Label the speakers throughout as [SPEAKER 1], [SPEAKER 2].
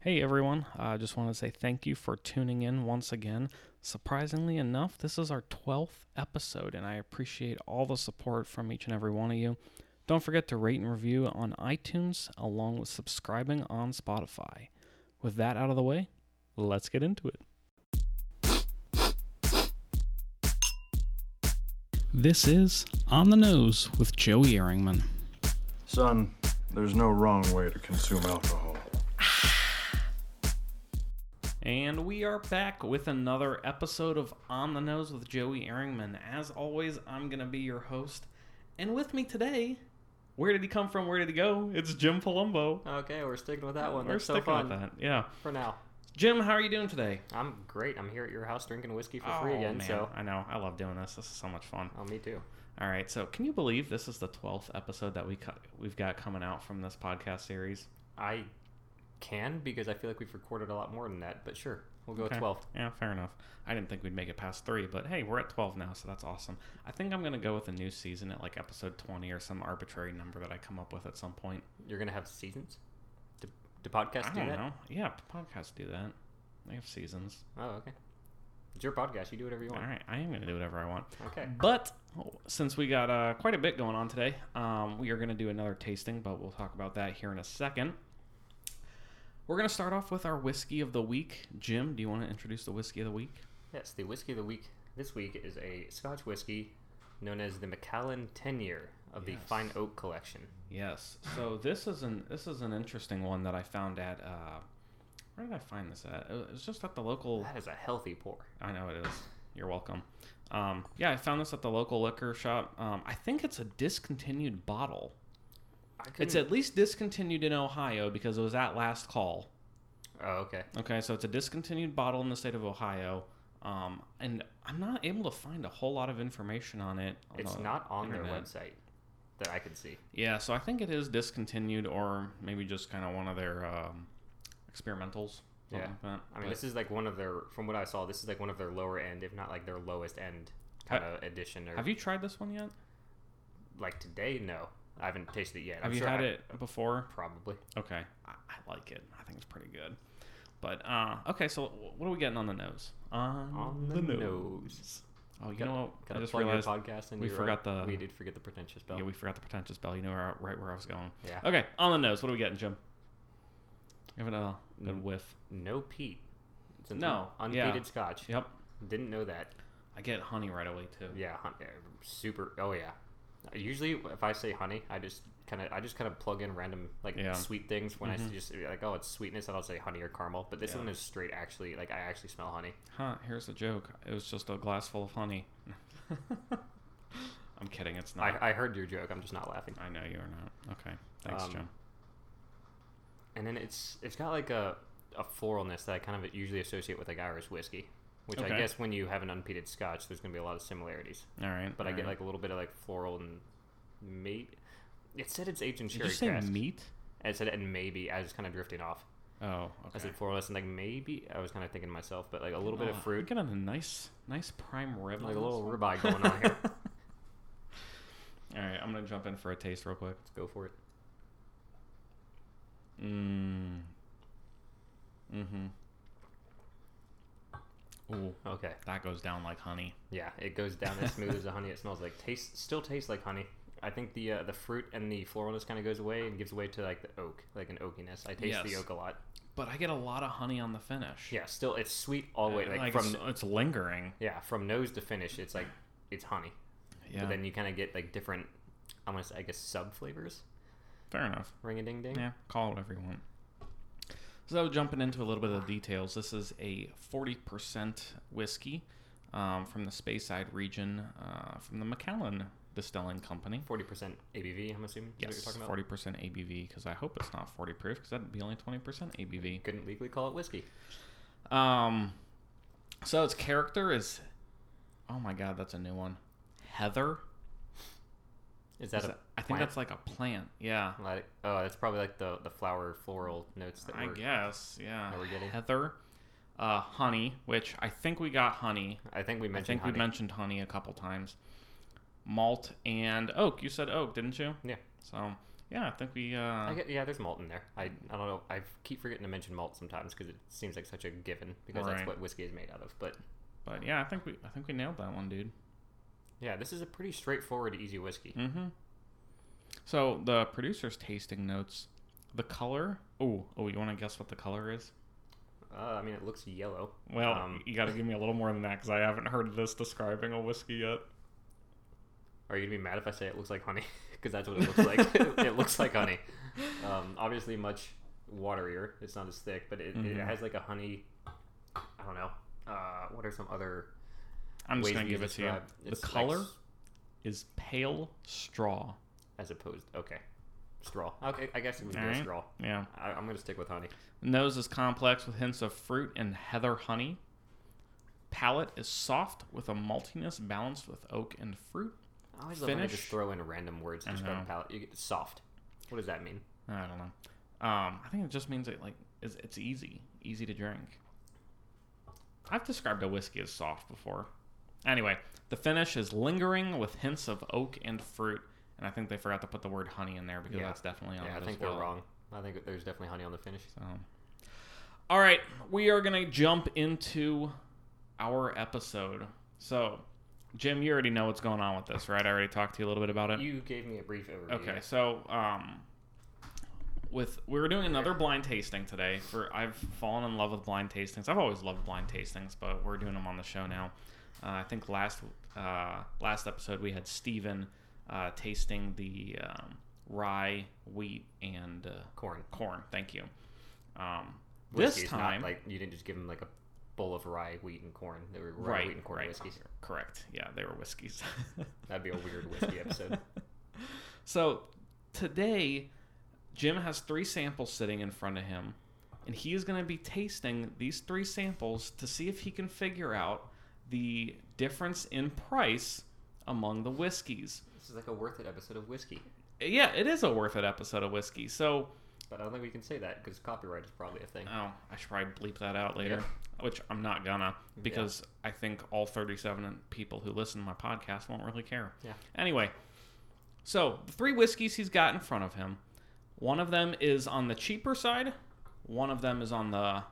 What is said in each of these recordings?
[SPEAKER 1] Hey everyone, I just want to say thank you for tuning in once again. Surprisingly enough, this is our 12th episode, and I appreciate all the support from each and every one of you. Don't forget to rate and review on iTunes, along with subscribing on Spotify. With that out of the way, let's get into it. This is On the Nose with Joey Ehrringman.
[SPEAKER 2] Son, there's no wrong way to consume alcohol.
[SPEAKER 1] And we are back with another episode of On the Nose with Joey Erringman. As always, I'm going to be your host. And with me today, where did he come from? Where did he go? It's Jim Palumbo.
[SPEAKER 3] Okay, we're sticking with that one.
[SPEAKER 1] We're
[SPEAKER 3] Oh, That's so
[SPEAKER 1] sticking
[SPEAKER 3] fun
[SPEAKER 1] with that. Yeah.
[SPEAKER 3] for now.
[SPEAKER 1] Jim, how are you doing today? Oh,
[SPEAKER 3] I'm great. I'm here at your house drinking whiskey for free again. So,
[SPEAKER 1] I know. I love doing this. This is so much fun.
[SPEAKER 3] oh, me too.
[SPEAKER 1] All right. So, can you believe this is the 12th episode that we cut, we've got coming out from this podcast series?
[SPEAKER 3] I can because I feel like we've recorded a lot more than that. But sure, we'll go
[SPEAKER 1] Okay.
[SPEAKER 3] with twelve.
[SPEAKER 1] Yeah, fair enough. I didn't think we'd make it past three, but hey, we're at 12 now, so that's awesome. I think I'm going to go with a new season at like episode 20 or some arbitrary number that I come up with at some point.
[SPEAKER 3] You're gonna have seasons. Do, do
[SPEAKER 1] I
[SPEAKER 3] podcasts do
[SPEAKER 1] don't
[SPEAKER 3] that?
[SPEAKER 1] know. Yeah, podcasts do that. They have seasons.
[SPEAKER 3] Oh, okay. It's your podcast. You do whatever you
[SPEAKER 1] All
[SPEAKER 3] want.
[SPEAKER 1] right, I am going to do whatever I want.
[SPEAKER 3] Okay.
[SPEAKER 1] But oh, since we got uh, quite a bit going on today, um, we are going to do another tasting, but we'll talk about that here in a second. We're going to start off with our whiskey of the week. Jim, do you want to introduce the whiskey of the week?
[SPEAKER 3] Yes, the whiskey of the week this week is a Scotch whiskey known as the Macallan Ten Year of
[SPEAKER 1] Yes.
[SPEAKER 3] the Fine Oak Collection.
[SPEAKER 1] Yes. So this is an this is an interesting one that I found at uh, where did I find this at? It was just at the local.
[SPEAKER 3] That is a healthy pour.
[SPEAKER 1] I know it is. You're welcome. Um, yeah, I found this at the local liquor shop. Um, I think it's a discontinued bottle.
[SPEAKER 3] I
[SPEAKER 1] It's
[SPEAKER 3] couldn't-
[SPEAKER 1] at least discontinued in Ohio because it was at last call.
[SPEAKER 3] Oh, okay.
[SPEAKER 1] Okay, so it's a discontinued bottle in the state of Ohio. Um, and I'm not able to find a whole lot of information on it. on
[SPEAKER 3] It's
[SPEAKER 1] the
[SPEAKER 3] not on their
[SPEAKER 1] internet.
[SPEAKER 3] website that I can see.
[SPEAKER 1] Yeah, so I think it is discontinued or maybe just kind of one of their um, experimentals. something
[SPEAKER 3] Yeah.
[SPEAKER 1] like that.
[SPEAKER 3] I mean,
[SPEAKER 1] But-
[SPEAKER 3] this is like one of their, from what I saw, this is like one of their lower end, if not like their lowest end kind of edition. Or
[SPEAKER 1] have you tried this one yet?
[SPEAKER 3] like today? No, I haven't tasted it yet.
[SPEAKER 1] Have
[SPEAKER 3] I'm
[SPEAKER 1] you
[SPEAKER 3] sure
[SPEAKER 1] had
[SPEAKER 3] I-
[SPEAKER 1] it before?
[SPEAKER 3] Probably.
[SPEAKER 1] Okay. I, I like it. I think it's pretty good. But, uh, okay, so wh- what are we getting on the nose? On,
[SPEAKER 3] On the nose.
[SPEAKER 1] Oh, you
[SPEAKER 3] Got-
[SPEAKER 1] know what?
[SPEAKER 3] Gotta
[SPEAKER 1] I just
[SPEAKER 3] plug your
[SPEAKER 1] realized.
[SPEAKER 3] podcast and
[SPEAKER 1] we
[SPEAKER 3] your-
[SPEAKER 1] forgot the-
[SPEAKER 3] We did forget the pretentious bell.
[SPEAKER 1] Yeah, we forgot the pretentious bell. You know where, I- right where I was going.
[SPEAKER 3] Yeah.
[SPEAKER 1] Okay, on the nose. What are we getting, Jim? Give it a good
[SPEAKER 3] Mm.
[SPEAKER 1] whiff.
[SPEAKER 3] No peat. It's an
[SPEAKER 1] No,
[SPEAKER 3] un-
[SPEAKER 1] yeah.
[SPEAKER 3] unpeated Scotch.
[SPEAKER 1] Yep.
[SPEAKER 3] Didn't know that.
[SPEAKER 1] I get honey right away, too.
[SPEAKER 3] Yeah. hun- uh, Super. Oh yeah. Usually, if I say honey, I just kind of I just kind of plug in random like
[SPEAKER 1] Yeah. Mm-hmm.
[SPEAKER 3] sweet things when I just like oh it's sweetness and I'll say honey or caramel. But this
[SPEAKER 1] Yeah.
[SPEAKER 3] one is straight actually like I actually smell honey.
[SPEAKER 1] Huh, here's a joke. It was just a glass full of honey. I'm kidding, it's not.
[SPEAKER 3] I, I heard your joke. I'm just not laughing.
[SPEAKER 1] I, know you are not. Okay. Thanks,
[SPEAKER 3] Um,
[SPEAKER 1] Jim.
[SPEAKER 3] And then it's it's got like a, a floralness that I kind of usually associate with like Irish whiskey, which
[SPEAKER 1] Okay.
[SPEAKER 3] I guess when you have an unpeated Scotch, there's gonna be a lot of similarities.
[SPEAKER 1] All right.
[SPEAKER 3] But I
[SPEAKER 1] all
[SPEAKER 3] get
[SPEAKER 1] right.
[SPEAKER 3] like a little bit of like floral and meat. It said it's aged in
[SPEAKER 1] Did
[SPEAKER 3] sherry
[SPEAKER 1] you say
[SPEAKER 3] cask.
[SPEAKER 1] meat?
[SPEAKER 3] I said and maybe I was kind of drifting off.
[SPEAKER 1] Oh,
[SPEAKER 3] I
[SPEAKER 1] okay.
[SPEAKER 3] said floralness and like maybe I was kind of thinking to myself, but like a little bit
[SPEAKER 1] Oh,
[SPEAKER 3] of fruit,
[SPEAKER 1] You're getting a nice, nice prime rib.
[SPEAKER 3] like
[SPEAKER 1] on
[SPEAKER 3] a
[SPEAKER 1] this
[SPEAKER 3] little
[SPEAKER 1] one.
[SPEAKER 3] ribeye going on here.
[SPEAKER 1] All right, I'm gonna jump in for a taste real quick.
[SPEAKER 3] Let's go for it.
[SPEAKER 1] Mm. Mm-hmm. Ooh,
[SPEAKER 3] Okay.
[SPEAKER 1] that goes down like honey.
[SPEAKER 3] Yeah, it goes down as smooth as the honey. It smells like taste, still tastes like honey. I think the uh, the fruit and the floralness kind of goes away and gives way to like the oak, like an oakiness. I taste the
[SPEAKER 1] Yes.
[SPEAKER 3] oak a lot.
[SPEAKER 1] But I get a lot of honey on the finish.
[SPEAKER 3] Yeah, still it's sweet all the way, like,
[SPEAKER 1] Uh, like
[SPEAKER 3] from
[SPEAKER 1] it's, it's lingering.
[SPEAKER 3] yeah from nose to finish. It's like it's honey,
[SPEAKER 1] Yeah.
[SPEAKER 3] but then you kind of get like different. I'm gonna say I guess sub flavors.
[SPEAKER 1] Fair enough.
[SPEAKER 3] Ring a ding ding.
[SPEAKER 1] Yeah, call it whatever you want. So jumping into a little bit of the details, this is a 40% whiskey um, from the Speyside region uh, from the McAllen Distilling Company.
[SPEAKER 3] Forty percent ABV. I'm assuming. is what
[SPEAKER 1] Yes,
[SPEAKER 3] you're talking about.
[SPEAKER 1] 40% ABV because I hope it's not 40 proof because that'd be only 20% ABV.
[SPEAKER 3] Couldn't legally call it whiskey.
[SPEAKER 1] Um, so its character is, oh my god, that's a new one, heather.
[SPEAKER 3] Is that
[SPEAKER 1] Is
[SPEAKER 3] a
[SPEAKER 1] that- I think that's like a plant. Yeah,
[SPEAKER 3] plant? Like, oh, that's probably like the the flower floral notes that
[SPEAKER 1] I
[SPEAKER 3] we're.
[SPEAKER 1] guess. Yeah,
[SPEAKER 3] that we're getting.
[SPEAKER 1] heather, uh, honey, which I think we got honey.
[SPEAKER 3] I think we
[SPEAKER 1] I
[SPEAKER 3] mentioned
[SPEAKER 1] think
[SPEAKER 3] honey.
[SPEAKER 1] we mentioned honey a couple times. Malt and oak. You said oak, didn't you?
[SPEAKER 3] Yeah.
[SPEAKER 1] So Yeah, I think we. Uh,
[SPEAKER 3] I get, yeah, there's malt in there. I, I don't know. I keep forgetting to mention malt sometimes because it seems like such a given because
[SPEAKER 1] Right.
[SPEAKER 3] that's what whiskey is made out of. But
[SPEAKER 1] but yeah, I think we. I think we nailed that one, dude.
[SPEAKER 3] yeah, this is a pretty straightforward, easy whiskey.
[SPEAKER 1] Mm-hmm. So the producer's tasting notes, the color. Oh, oh, you want to guess what the color is?
[SPEAKER 3] Uh, I mean, it looks yellow.
[SPEAKER 1] Well,
[SPEAKER 3] Um,
[SPEAKER 1] you got to give me a little more than that because I haven't heard this describing a whiskey yet.
[SPEAKER 3] Are you gonna be mad if I say it looks like honey? Because that's what it looks like. it looks like honey. Um, obviously, much waterier. It's not as thick, but it, it
[SPEAKER 1] Mhm.
[SPEAKER 3] has like a honey. I don't know. Uh, what are some other
[SPEAKER 1] I'm
[SPEAKER 3] ways
[SPEAKER 1] just gonna
[SPEAKER 3] you
[SPEAKER 1] give it to you.
[SPEAKER 3] describe-
[SPEAKER 1] The
[SPEAKER 3] Uh, it's like
[SPEAKER 1] color
[SPEAKER 3] s-
[SPEAKER 1] is pale straw.
[SPEAKER 3] as opposed. Okay, straw. Okay, I guess it would be
[SPEAKER 1] Alright.
[SPEAKER 3] a straw.
[SPEAKER 1] Yeah.
[SPEAKER 3] I, I'm gonna stick with honey.
[SPEAKER 1] Nose is complex with hints of fruit and heather honey. Palate is soft with a maltiness balanced with oak and fruit.
[SPEAKER 3] I always love when they just
[SPEAKER 1] Finish?
[SPEAKER 3] throw in random words to
[SPEAKER 1] I
[SPEAKER 3] describe
[SPEAKER 1] know.
[SPEAKER 3] a palate. You get soft. What does that mean?
[SPEAKER 1] I don't know. Um, I think it just means it like it's, it's easy, easy to drink. I've described a whiskey as soft before. Anyway, the finish is lingering with hints of oak and fruit, and I think they forgot to put the word honey in there because
[SPEAKER 3] Yeah.
[SPEAKER 1] that's definitely on
[SPEAKER 3] yeah, I
[SPEAKER 1] it
[SPEAKER 3] think
[SPEAKER 1] as well.
[SPEAKER 3] they're wrong. I think there's definitely honey on the finish.
[SPEAKER 1] So, Um, all right, we are gonna jump into our episode. So, Jim, you already know what's going on with this, right? I already talked to you a little bit about it.
[SPEAKER 3] You gave me a brief overview.
[SPEAKER 1] Okay, so um, with we were doing another blind tasting today. For I've fallen in love with blind tastings. I've always loved blind tastings, but we're doing them on the show now. Uh, I think last uh, last episode we had Steven uh, tasting the um, rye, wheat, and uh,
[SPEAKER 3] Corn.
[SPEAKER 1] corn. Thank you. Um,
[SPEAKER 3] Whiskey
[SPEAKER 1] this
[SPEAKER 3] is not
[SPEAKER 1] time,
[SPEAKER 3] like you didn't just give him like a bowl of rye, wheat, and corn. They were rye,
[SPEAKER 1] Right,
[SPEAKER 3] wheat, and corn
[SPEAKER 1] right.
[SPEAKER 3] whiskeys.
[SPEAKER 1] correct? Yeah, they were whiskeys.
[SPEAKER 3] That'd be a weird whiskey episode.
[SPEAKER 1] So today, Jim has three samples sitting in front of him, and he is going to be tasting these three samples to see if he can figure out the difference in price among the whiskeys.
[SPEAKER 3] This is like a worth it episode of whiskey,
[SPEAKER 1] Yeah, it is a worth it episode of whiskey. So,
[SPEAKER 3] but I don't think we can say that because copyright is probably a thing.
[SPEAKER 1] oh, I should probably bleep that out later, which I'm not gonna because I think all 37 people who listen to my podcast won't really care.
[SPEAKER 3] Yeah.
[SPEAKER 1] Anyway, so the three whiskeys he's got in front of him, one of them is on the cheaper side, one of them is on the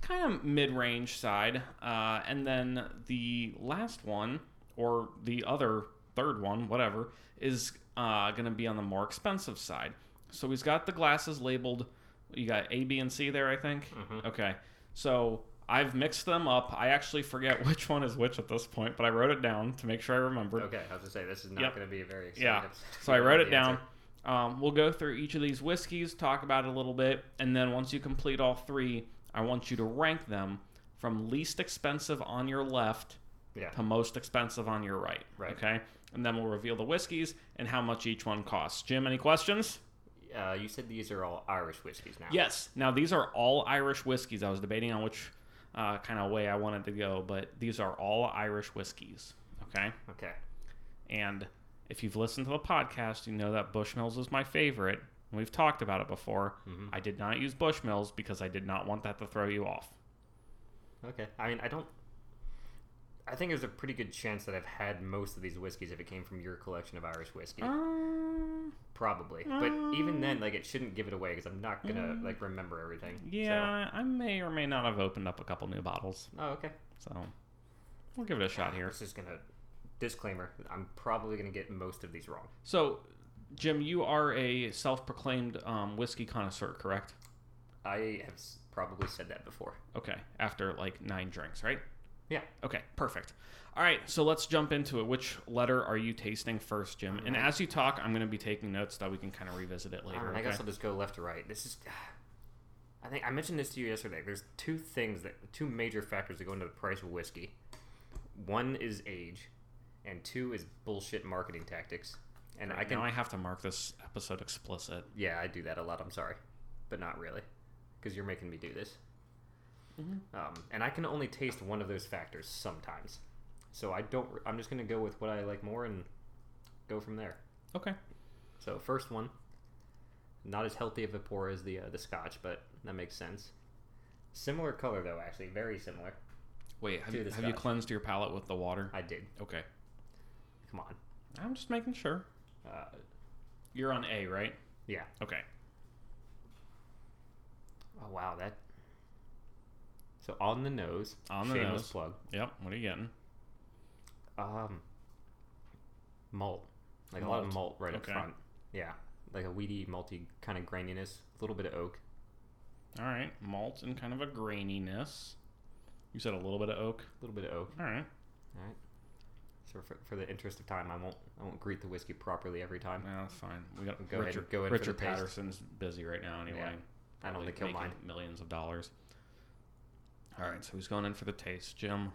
[SPEAKER 1] kind of mid-range side, uh, and then the last one or the other third one, whatever, is uh, going to be on the more expensive side. So he's got the glasses labeled. You got A, B, and C there, I think.
[SPEAKER 3] Mhm.
[SPEAKER 1] Okay, so. I've mixed them up. I actually forget which one is which at this point, but I wrote it down to make sure I remember.
[SPEAKER 3] Okay, I was gonna say this is not
[SPEAKER 1] Yep.
[SPEAKER 3] gonna be a very exciting
[SPEAKER 1] Yeah.
[SPEAKER 3] episode.
[SPEAKER 1] So I wrote it
[SPEAKER 3] The
[SPEAKER 1] down.
[SPEAKER 3] answer.
[SPEAKER 1] Um, we'll go through each of these whiskeys, talk about it a little bit, and then once you complete all three, I want you to rank them from least expensive on your left
[SPEAKER 3] Yeah.
[SPEAKER 1] to most expensive on your right.
[SPEAKER 3] Right.
[SPEAKER 1] Okay. And then we'll reveal the whiskeys and how much each one costs. Jim, any questions?
[SPEAKER 3] Uh, you said these are all Irish whiskeys now.
[SPEAKER 1] Yes. Now these are all Irish whiskeys. I was debating on which uh, kind of way I wanted to go, but these are all Irish whiskeys. Okay.
[SPEAKER 3] Okay.
[SPEAKER 1] And if you've listened to the podcast, you know that Bushmills is my favorite. and We've talked about it before. I did not use Bushmills because I did not want that to throw you off.
[SPEAKER 3] Okay. I mean, I don't. I think there's a pretty good chance that I've had most of these whiskeys if it came from your collection of Irish whiskey.
[SPEAKER 1] Uh, Um,
[SPEAKER 3] Probably. But even then, like, it shouldn't give it away because I'm not going to, like, remember everything. so-
[SPEAKER 1] yeah, I may or may not have opened up a couple new bottles,
[SPEAKER 3] Oh, okay.
[SPEAKER 1] so we'll give it a shot here.
[SPEAKER 3] This is going to. Disclaimer I'm probably going to get most of these wrong.
[SPEAKER 1] So, Jim, you are a self-proclaimed um, whiskey connoisseur, correct?
[SPEAKER 3] I have s- probably said that before.
[SPEAKER 1] Okay, after like nine drinks, right?
[SPEAKER 3] Yeah.
[SPEAKER 1] Okay, perfect. All right, so let's jump into it. Which letter are you tasting first, Jim? And as you talk, I'm going to be taking notes that we can kind of revisit it
[SPEAKER 3] I,
[SPEAKER 1] later.
[SPEAKER 3] I
[SPEAKER 1] okay?
[SPEAKER 3] guess I'll just go left to right. This is. I think I mentioned this to you yesterday. There's two things that two major factors that go into the price of whiskey. One is age, and two is bullshit marketing tactics. And I can
[SPEAKER 1] Now I have to mark this episode explicit.
[SPEAKER 3] yeah, I do that a lot. I'm sorry, but not really, because you're making me do this.
[SPEAKER 1] Mm-hmm.
[SPEAKER 3] Um, and I can only taste one of those factors sometimes, so I don't. I'm just gonna go with what I like more and go from there.
[SPEAKER 1] Okay.
[SPEAKER 3] So first one, not as healthy of a pour as the uh, the Scotch, but that makes sense. Similar color though, actually, very similar.
[SPEAKER 1] Wait, have,
[SPEAKER 3] Do
[SPEAKER 1] you,
[SPEAKER 3] the
[SPEAKER 1] have you
[SPEAKER 3] Scotch.
[SPEAKER 1] cleansed your palate with the water?
[SPEAKER 3] I did.
[SPEAKER 1] Okay.
[SPEAKER 3] Come on.
[SPEAKER 1] I'm just making sure.
[SPEAKER 3] Uh,
[SPEAKER 1] You're on A, right?
[SPEAKER 3] Yeah.
[SPEAKER 1] Okay.
[SPEAKER 3] Oh wow, that. So on the nose.
[SPEAKER 1] On the
[SPEAKER 3] shameless
[SPEAKER 1] nose.
[SPEAKER 3] plug.
[SPEAKER 1] Yep. What are you getting?
[SPEAKER 3] Um. Malt, like a lot of malt right
[SPEAKER 1] Okay.
[SPEAKER 3] up front. Yeah, like a weedy, malty kind of graininess, a little bit of oak.
[SPEAKER 1] All right. Malt and kind of a graininess. You said a little bit of oak.
[SPEAKER 3] A little bit of oak.
[SPEAKER 1] All right.
[SPEAKER 3] All right. So for, for the interest of time, I won't I won't greet the whiskey properly every time.
[SPEAKER 1] No, that's fine. We got
[SPEAKER 3] Go ahead-
[SPEAKER 1] Richard,
[SPEAKER 3] go ahead for
[SPEAKER 1] Richard
[SPEAKER 3] the taste.
[SPEAKER 1] Patterson's busy right now anyway.
[SPEAKER 3] Yeah, I don't
[SPEAKER 1] Probably
[SPEAKER 3] think he'll
[SPEAKER 1] making
[SPEAKER 3] mind.
[SPEAKER 1] Millions of dollars. All right, so he's going in for the taste, Jim.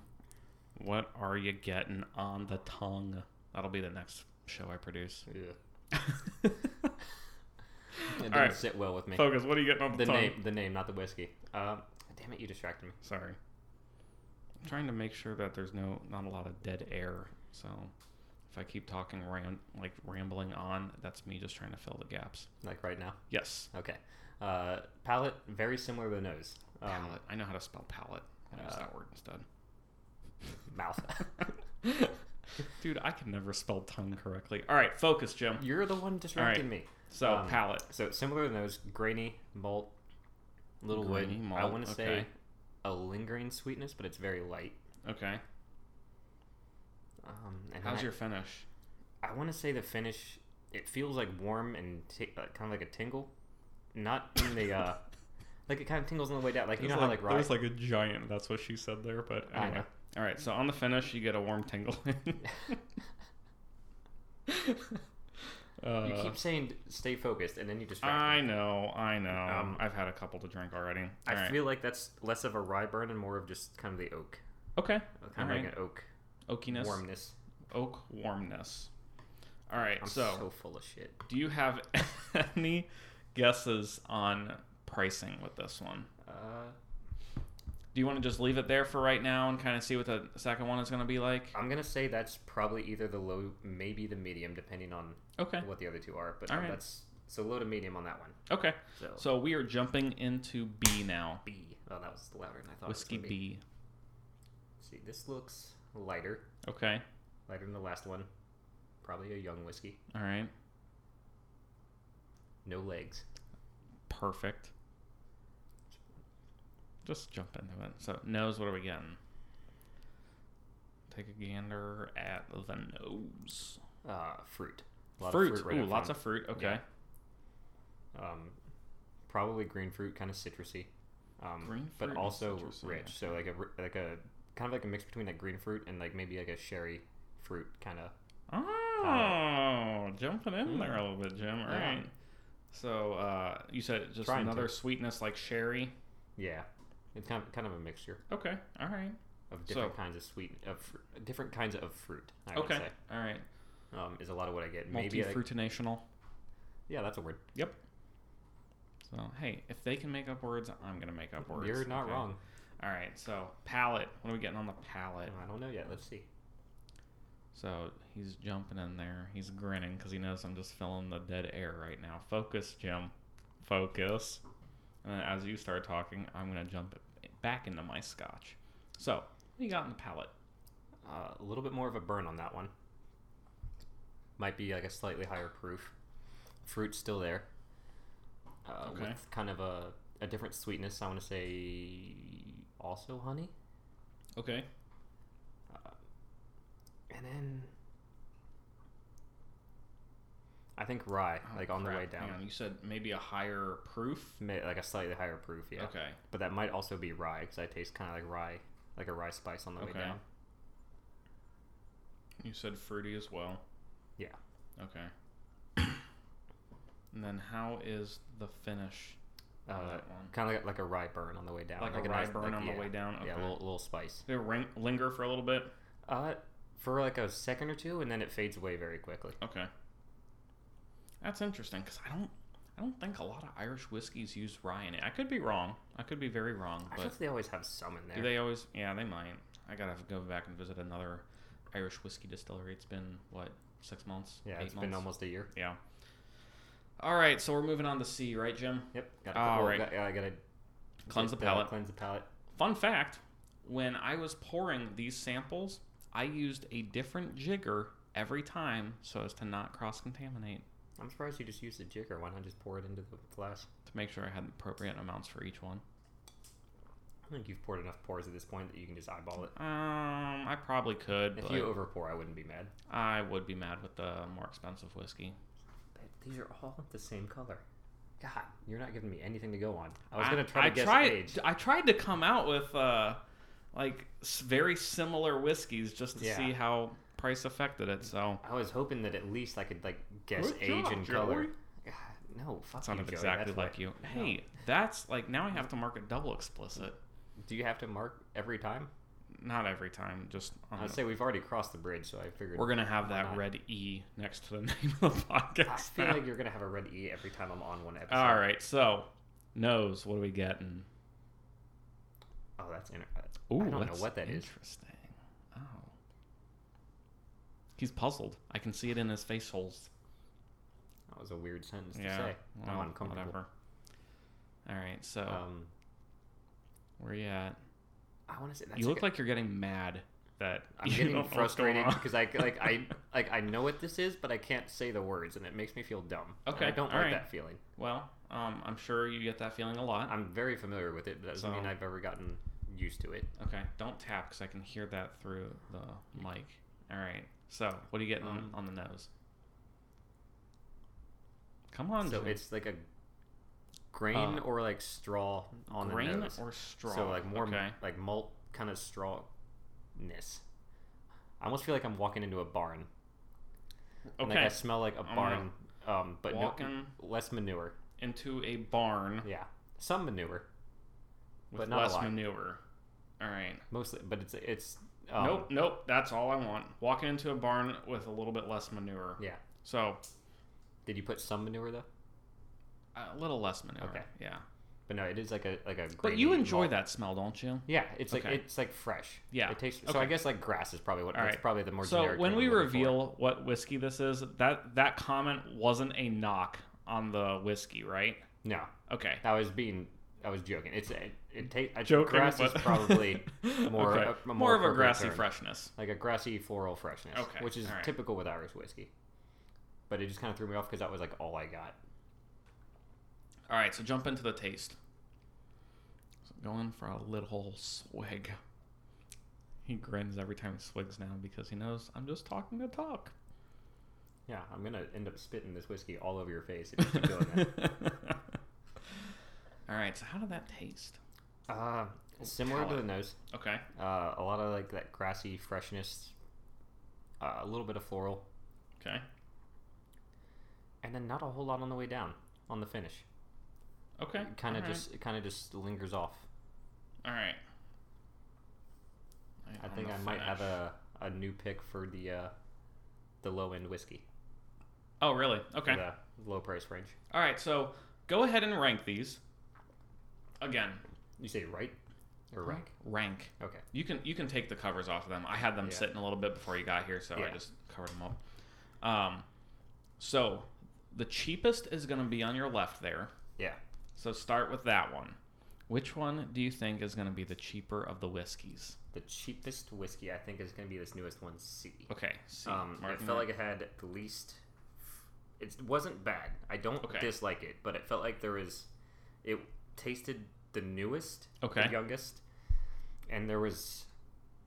[SPEAKER 1] What are you getting on the tongue? That'll be the next show I produce.
[SPEAKER 3] Yeah. it didn't
[SPEAKER 1] right.
[SPEAKER 3] sit well with me.
[SPEAKER 1] Focus. What are you getting on
[SPEAKER 3] The name, the name, not the whiskey. Um, damn it, you distracted me.
[SPEAKER 1] Sorry. I'm trying to make sure that there's no not a lot of dead air. So if I keep talking ram like rambling on, that's me just trying to fill the gaps.
[SPEAKER 3] Like right now.
[SPEAKER 1] Yes.
[SPEAKER 3] Okay. Uh, palate very similar to the nose. Um,
[SPEAKER 1] Palate. I know how to spell palate. I use
[SPEAKER 3] uh,
[SPEAKER 1] that word instead.
[SPEAKER 3] Mouth.
[SPEAKER 1] Dude, I can never spell tongue correctly. All right, focus, Jim.
[SPEAKER 3] You're the one distracting me.
[SPEAKER 1] So
[SPEAKER 3] Um,
[SPEAKER 1] palate.
[SPEAKER 3] So similar to those grainy malt, little
[SPEAKER 1] Grainy
[SPEAKER 3] wood. I
[SPEAKER 1] malt,
[SPEAKER 3] want to say
[SPEAKER 1] okay.
[SPEAKER 3] a lingering sweetness, but it's very light.
[SPEAKER 1] Okay.
[SPEAKER 3] Um, and
[SPEAKER 1] How's
[SPEAKER 3] I,
[SPEAKER 1] your finish?
[SPEAKER 3] I want to say the finish. It feels like warm and t- uh, kind of like a tingle, not in the uh, like it kind of tingles on the way down. Like you know how like rye.
[SPEAKER 1] like a giant. That's what she said there. But
[SPEAKER 3] I know.
[SPEAKER 1] All right. So on the finish, you get a warm tingle.
[SPEAKER 3] you
[SPEAKER 1] Uh,
[SPEAKER 3] keep saying stay focused, and then you distract. me.
[SPEAKER 1] I know. I know.
[SPEAKER 3] Um,
[SPEAKER 1] I've had a couple to drink already.
[SPEAKER 3] I
[SPEAKER 1] All right.
[SPEAKER 3] feel like that's less of a rye burn and more of just kind of the oak,
[SPEAKER 1] okay. All
[SPEAKER 3] kind of
[SPEAKER 1] right.
[SPEAKER 3] like an oak
[SPEAKER 1] Oakiness.
[SPEAKER 3] warmness.
[SPEAKER 1] Oak warmness. All right,
[SPEAKER 3] I'm so,
[SPEAKER 1] so
[SPEAKER 3] full of shit.
[SPEAKER 1] Do you have any guesses on pricing with this one?
[SPEAKER 3] Uh,
[SPEAKER 1] Do you want to just leave it there for right now and kind of see what the second one is going to be like?
[SPEAKER 3] I'm gonna say that's probably either the low, maybe the medium, depending on
[SPEAKER 1] Okay.
[SPEAKER 3] what the other two are. But
[SPEAKER 1] All
[SPEAKER 3] um,
[SPEAKER 1] right.
[SPEAKER 3] that's so low to medium on that one.
[SPEAKER 1] Okay.
[SPEAKER 3] So,
[SPEAKER 1] So we are jumping into B now.
[SPEAKER 3] B. Oh, that was louder than I thought. it was
[SPEAKER 1] Whiskey
[SPEAKER 3] gonna be.
[SPEAKER 1] B.
[SPEAKER 3] See, this looks lighter,
[SPEAKER 1] Okay.
[SPEAKER 3] lighter than the last one. Probably a young whiskey.
[SPEAKER 1] All right.
[SPEAKER 3] No legs.
[SPEAKER 1] Perfect. Just jump into it. So nose, what are we getting? Take a gander at the nose.
[SPEAKER 3] Uh, fruit. A lot
[SPEAKER 1] Fruit.
[SPEAKER 3] Of fruit right
[SPEAKER 1] Ooh,
[SPEAKER 3] up
[SPEAKER 1] lots
[SPEAKER 3] front.
[SPEAKER 1] of fruit. Okay.
[SPEAKER 3] um, probably green fruit, kind of citrusy, um,
[SPEAKER 1] Green fruit
[SPEAKER 3] but
[SPEAKER 1] and
[SPEAKER 3] also
[SPEAKER 1] citrusy,
[SPEAKER 3] rich. So like a r- like a kind of like a mix between like green fruit and like maybe like a sherry fruit kind of.
[SPEAKER 1] Oh, jumping in there a little bit, Jim. All right.
[SPEAKER 3] Yeah.
[SPEAKER 1] So uh, you said just
[SPEAKER 3] Trying to.
[SPEAKER 1] another sweetness like sherry.
[SPEAKER 3] Yeah, it's kind of, kind of a mixture
[SPEAKER 1] Okay. All right.
[SPEAKER 3] of different
[SPEAKER 1] So-
[SPEAKER 3] kinds of sweet of fr- different kinds of fruit. I
[SPEAKER 1] okay.
[SPEAKER 3] would say
[SPEAKER 1] All right.
[SPEAKER 3] um, is a lot of what I get. Maybe like,
[SPEAKER 1] Multifruitinational.
[SPEAKER 3] yeah, that's a word.
[SPEAKER 1] Yep. So hey, if they can make up words, I'm gonna make up words.
[SPEAKER 3] You're not
[SPEAKER 1] okay?
[SPEAKER 3] wrong.
[SPEAKER 1] All right. So palette. What are we getting on the palette?
[SPEAKER 3] I don't know yet. Let's see.
[SPEAKER 1] So he's jumping in there. He's grinning because he knows I'm just filling the dead air right now. Focus, Jim. Focus. And then as you start talking, I'm going to jump back into my scotch. So, what you got in the palate?
[SPEAKER 3] Uh, a little bit more of a burn on that one. Might be like a slightly higher proof. Fruit's still there. Uh,
[SPEAKER 1] Okay.
[SPEAKER 3] With kind of a, a different sweetness. I want to say also honey.
[SPEAKER 1] Okay.
[SPEAKER 3] And then. I think rye,
[SPEAKER 1] Oh,
[SPEAKER 3] like on the way down.
[SPEAKER 1] you said maybe a higher proof?
[SPEAKER 3] Ma- Like a slightly higher proof, yeah.
[SPEAKER 1] Okay.
[SPEAKER 3] But that might also be rye because I taste kind of like rye, like a rye spice on the
[SPEAKER 1] Okay.
[SPEAKER 3] way down.
[SPEAKER 1] You said fruity as well.
[SPEAKER 3] Yeah.
[SPEAKER 1] Okay. and then how is the finish on
[SPEAKER 3] Uh,
[SPEAKER 1] that one?
[SPEAKER 3] kind of like, like a rye burn on the way down.
[SPEAKER 1] Like, a rye
[SPEAKER 3] nice-
[SPEAKER 1] burn
[SPEAKER 3] like-
[SPEAKER 1] on
[SPEAKER 3] yeah.
[SPEAKER 1] the way down? Okay.
[SPEAKER 3] Yeah, a little, little spice.
[SPEAKER 1] Did it ring- linger for a little bit?
[SPEAKER 3] Uh, for like a second or two, and then it fades away very quickly.
[SPEAKER 1] Okay. That's interesting because I don't, I don't think a lot of Irish whiskeys use rye in it. I could be wrong. I could be very wrong.
[SPEAKER 3] I
[SPEAKER 1] But
[SPEAKER 3] guess they always have some in there.
[SPEAKER 1] do they always? Yeah, they might. I gotta have to go back and visit another Irish whiskey distillery. It's been what six months?
[SPEAKER 3] yeah,
[SPEAKER 1] eight
[SPEAKER 3] it's
[SPEAKER 1] months?
[SPEAKER 3] been almost a year.
[SPEAKER 1] Yeah. All right, so we're moving on to C, right, Jim?
[SPEAKER 3] Yep.
[SPEAKER 1] All
[SPEAKER 3] well,
[SPEAKER 1] Ah, right.
[SPEAKER 3] got- I gotta
[SPEAKER 1] Cleanse the
[SPEAKER 3] uh,
[SPEAKER 1] palate.
[SPEAKER 3] Cleanse the palate.
[SPEAKER 1] Fun fact: When I was pouring these samples, I used a different jigger every time so as to not cross-contaminate.
[SPEAKER 3] I'm surprised you just used the jigger. Why not just pour it into the glass?
[SPEAKER 1] to make sure I had the appropriate amounts for each one.
[SPEAKER 3] I think you've poured enough pours at this point that you can just eyeball it.
[SPEAKER 1] Um, I probably could,
[SPEAKER 3] If
[SPEAKER 1] but
[SPEAKER 3] you over pour, I wouldn't be mad.
[SPEAKER 1] I would be mad with the more expensive whiskey.
[SPEAKER 3] But these are all the same color. God, you're not giving me anything to go on. I was gonna try to guess
[SPEAKER 1] tried,
[SPEAKER 3] age.
[SPEAKER 1] I tried to come out with uh, like s- very similar whiskeys just to
[SPEAKER 3] Yeah.
[SPEAKER 1] see how price affected it. So
[SPEAKER 3] I was hoping that at least I could like guess
[SPEAKER 1] Good
[SPEAKER 3] age
[SPEAKER 1] job,
[SPEAKER 3] and
[SPEAKER 1] Joey.
[SPEAKER 3] color. God, no, fuck
[SPEAKER 1] that
[SPEAKER 3] you,
[SPEAKER 1] sounded
[SPEAKER 3] Joey,
[SPEAKER 1] exactly
[SPEAKER 3] that's
[SPEAKER 1] like
[SPEAKER 3] what-
[SPEAKER 1] you.
[SPEAKER 3] No.
[SPEAKER 1] Hey, that's like now I have to mark it double explicit.
[SPEAKER 3] do you have to mark every time?
[SPEAKER 1] Not every time, just on
[SPEAKER 3] I would
[SPEAKER 1] the-
[SPEAKER 3] say we've already crossed the bridge, so I figured
[SPEAKER 1] Uh-huh. we're gonna have that
[SPEAKER 3] not?
[SPEAKER 1] red E next to the name of the podcast.
[SPEAKER 3] I feel
[SPEAKER 1] now.
[SPEAKER 3] like you're gonna have a red E every time I'm on one episode.
[SPEAKER 1] All right, so nose. What are we getting?
[SPEAKER 3] Oh, that's inter-
[SPEAKER 1] Ooh,
[SPEAKER 3] I don't know
[SPEAKER 1] that's
[SPEAKER 3] what that is.
[SPEAKER 1] Interesting. Oh, he's puzzled. I can see it in his face holes.
[SPEAKER 3] That was a weird sentence
[SPEAKER 1] yeah.
[SPEAKER 3] to say.
[SPEAKER 1] well,
[SPEAKER 3] I'm uncomfortable.
[SPEAKER 1] Oh, Whatever. All right, so
[SPEAKER 3] Um,
[SPEAKER 1] where you at?
[SPEAKER 3] I want to say that's
[SPEAKER 1] you
[SPEAKER 3] like
[SPEAKER 1] look like you're getting mad that
[SPEAKER 3] I'm
[SPEAKER 1] you don't know
[SPEAKER 3] getting
[SPEAKER 1] what's going
[SPEAKER 3] frustrated
[SPEAKER 1] on.
[SPEAKER 3] because I like I like I know what this is, but I can't say the words, and it makes me feel dumb. And
[SPEAKER 1] Okay,
[SPEAKER 3] I don't
[SPEAKER 1] all
[SPEAKER 3] like
[SPEAKER 1] right.
[SPEAKER 3] that feeling.
[SPEAKER 1] well, um, I'm sure you get that feeling a lot.
[SPEAKER 3] I'm very familiar with it, but that doesn't
[SPEAKER 1] So-
[SPEAKER 3] mean I've ever gotten used to it.
[SPEAKER 1] Okay, don't tap because I can hear that through the mic. All right, so what are you getting
[SPEAKER 3] Um,
[SPEAKER 1] on, on the nose? Come on,
[SPEAKER 3] So
[SPEAKER 1] Jim.
[SPEAKER 3] it's like a grain
[SPEAKER 1] Uh,
[SPEAKER 3] or like straw on
[SPEAKER 1] grain
[SPEAKER 3] the nose.
[SPEAKER 1] or straw.
[SPEAKER 3] So like more
[SPEAKER 1] Okay.
[SPEAKER 3] like malt kind of strawness. I almost feel like I'm walking into a barn. And,
[SPEAKER 1] Okay,
[SPEAKER 3] Like I smell like a
[SPEAKER 1] I'm
[SPEAKER 3] barn, um, but no,
[SPEAKER 1] walking
[SPEAKER 3] less manure.
[SPEAKER 1] into a barn
[SPEAKER 3] Yeah, some manure,
[SPEAKER 1] with
[SPEAKER 3] but not a
[SPEAKER 1] less
[SPEAKER 3] lot.
[SPEAKER 1] manure. All right.
[SPEAKER 3] mostly. But it's it's um,
[SPEAKER 1] nope, nope. That's all I want. Walking into a barn with a little bit less manure.
[SPEAKER 3] Yeah.
[SPEAKER 1] So
[SPEAKER 3] Did you put some manure though?
[SPEAKER 1] a little less manure.
[SPEAKER 3] Okay.
[SPEAKER 1] Yeah.
[SPEAKER 3] But no, it is like a like a.
[SPEAKER 1] But
[SPEAKER 3] grainy
[SPEAKER 1] you enjoy
[SPEAKER 3] malt.
[SPEAKER 1] that smell, don't you?
[SPEAKER 3] Yeah, it's like
[SPEAKER 1] Okay.
[SPEAKER 3] it's like fresh.
[SPEAKER 1] Yeah,
[SPEAKER 3] it tastes. So
[SPEAKER 1] okay.
[SPEAKER 3] I guess like grass is probably what.
[SPEAKER 1] All
[SPEAKER 3] That's
[SPEAKER 1] right.
[SPEAKER 3] probably the more.
[SPEAKER 1] So
[SPEAKER 3] generic
[SPEAKER 1] when
[SPEAKER 3] term
[SPEAKER 1] we
[SPEAKER 3] I'm looking for.
[SPEAKER 1] reveal what whiskey this is, that that comment wasn't a knock on the whiskey, right?
[SPEAKER 3] no,
[SPEAKER 1] Okay.
[SPEAKER 3] I was being, I was joking. It's it, it tastes.
[SPEAKER 1] Joking,
[SPEAKER 3] grass is
[SPEAKER 1] but-
[SPEAKER 3] probably more
[SPEAKER 1] Okay.
[SPEAKER 3] a- a
[SPEAKER 1] more of a
[SPEAKER 3] appropriate
[SPEAKER 1] grassy
[SPEAKER 3] term.
[SPEAKER 1] freshness.
[SPEAKER 3] like a grassy floral freshness,
[SPEAKER 1] Okay,
[SPEAKER 3] which is
[SPEAKER 1] all right.
[SPEAKER 3] typical with Irish whiskey. But it just kind of threw me off because that was like all I got.
[SPEAKER 1] All right, so jump into the taste. So going for a little swig. He grins every time he swigs now because he knows I'm just talking to talk.
[SPEAKER 3] Yeah, I'm gonna end up spitting this whiskey all over your face if you keep doing that.
[SPEAKER 1] All right, so how did that taste?
[SPEAKER 3] Uh, similar to
[SPEAKER 1] palate.
[SPEAKER 3] the nose,
[SPEAKER 1] Okay.
[SPEAKER 3] uh, a lot of like that grassy freshness, uh, a little bit of floral,
[SPEAKER 1] Okay.
[SPEAKER 3] and then not a whole lot on the way down on the finish.
[SPEAKER 1] Okay.
[SPEAKER 3] It kind
[SPEAKER 1] all
[SPEAKER 3] of
[SPEAKER 1] right,
[SPEAKER 3] just it kind of just lingers off.
[SPEAKER 1] All right. Right
[SPEAKER 3] I
[SPEAKER 1] on
[SPEAKER 3] think
[SPEAKER 1] the
[SPEAKER 3] I might have
[SPEAKER 1] finish.
[SPEAKER 3] a, a new pick for the uh, the low end whiskey.
[SPEAKER 1] Oh, really?
[SPEAKER 3] for
[SPEAKER 1] Okay.
[SPEAKER 3] The low price range.
[SPEAKER 1] All right, so go ahead and rank these. Again,
[SPEAKER 3] You say right or
[SPEAKER 1] Mm-hmm.
[SPEAKER 3] rank?
[SPEAKER 1] rank.
[SPEAKER 3] Okay.
[SPEAKER 1] You can you can take the covers off of them. I had them
[SPEAKER 3] Yeah.
[SPEAKER 1] sitting a little bit before you got here, so I
[SPEAKER 3] Yeah.
[SPEAKER 1] just covered them up. Um, so the cheapest is going to be on your left there.
[SPEAKER 3] Yeah.
[SPEAKER 1] So start with that one. Which one do you think is going to be the cheaper of the whiskeys?
[SPEAKER 3] The cheapest whiskey I think is going to be this newest one, C.
[SPEAKER 1] Okay. See,
[SPEAKER 3] Um, it
[SPEAKER 1] marking
[SPEAKER 3] felt
[SPEAKER 1] that.
[SPEAKER 3] like it had the least. It wasn't bad. I don't
[SPEAKER 1] Okay.
[SPEAKER 3] dislike it, but it felt like there was. It tasted the newest,
[SPEAKER 1] Okay.
[SPEAKER 3] the youngest, and there was.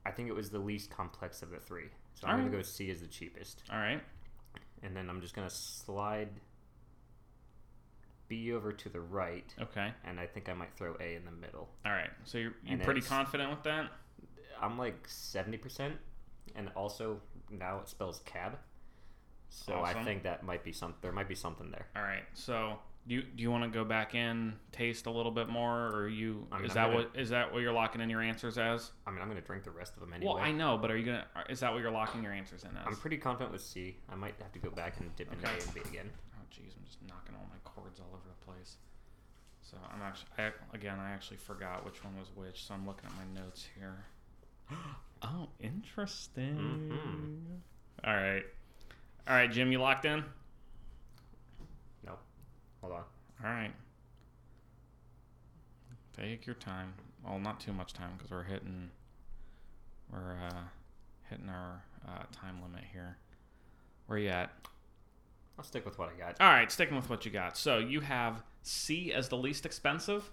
[SPEAKER 3] I think it was the least complex of the three. So I'm gonna
[SPEAKER 1] Alright.
[SPEAKER 3] go C as the cheapest,
[SPEAKER 1] All right.
[SPEAKER 3] and then I'm just gonna slide B over to the right,
[SPEAKER 1] Okay.
[SPEAKER 3] and I think I might throw A in the middle.
[SPEAKER 1] All right. So you're you
[SPEAKER 3] And
[SPEAKER 1] pretty
[SPEAKER 3] it's-
[SPEAKER 1] confident with that?
[SPEAKER 3] I'm like seventy percent, and also now it spells cab. So I
[SPEAKER 1] Awesome.
[SPEAKER 3] think that might be some. There might be something there.
[SPEAKER 1] All right. So do you, do you want to go back in, taste a little bit more, or are you
[SPEAKER 3] I mean,
[SPEAKER 1] is
[SPEAKER 3] I'm
[SPEAKER 1] that
[SPEAKER 3] gonna-
[SPEAKER 1] what is that what you're locking in your answers as?
[SPEAKER 3] I mean, I'm gonna drink the rest of them anyway.
[SPEAKER 1] Well, I know, but are you gonna are- is that what you're locking your answers in as?
[SPEAKER 3] I'm pretty confident with C. I might have to go back and dip in
[SPEAKER 1] Okay.
[SPEAKER 3] A and B again.
[SPEAKER 1] Oh jeez, I'm just knocking all my cords all over the place. So I'm actually, I, again, I actually forgot which one was which. So I'm looking at my notes here. oh, interesting.
[SPEAKER 3] Mm-hmm.
[SPEAKER 1] All right, all right, Jim, you locked in.
[SPEAKER 3] No, hold on.
[SPEAKER 1] All right. Take your time. Well, not too much time because we're hitting we're uh, hitting our uh, time limit here. Where you at?
[SPEAKER 3] I'll stick with what I got.
[SPEAKER 1] All right, sticking with what you got. So you have C as the least expensive.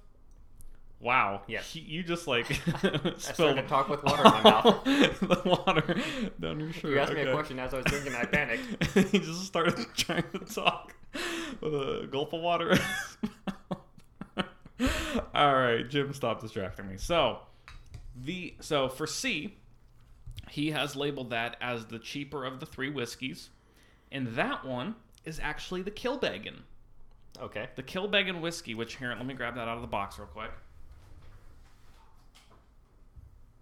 [SPEAKER 1] Wow.
[SPEAKER 3] Yeah.
[SPEAKER 1] He- You just like
[SPEAKER 3] I
[SPEAKER 1] spilled
[SPEAKER 3] started to talk with water in my mouth.
[SPEAKER 1] the water down your shirt.
[SPEAKER 3] You asked me
[SPEAKER 1] Okay.
[SPEAKER 3] a question as I was drinking, and I panicked.
[SPEAKER 1] he just started trying to talk with a gulp of water. in his mouth. All right, Jim, stop distracting me. So, the so for C, he has labeled that as the cheaper of the three whiskeys, and that one is actually the Kilbeggan.
[SPEAKER 3] Okay.
[SPEAKER 1] The Kilbeggan whiskey, which here, let me grab that out of the box real quick.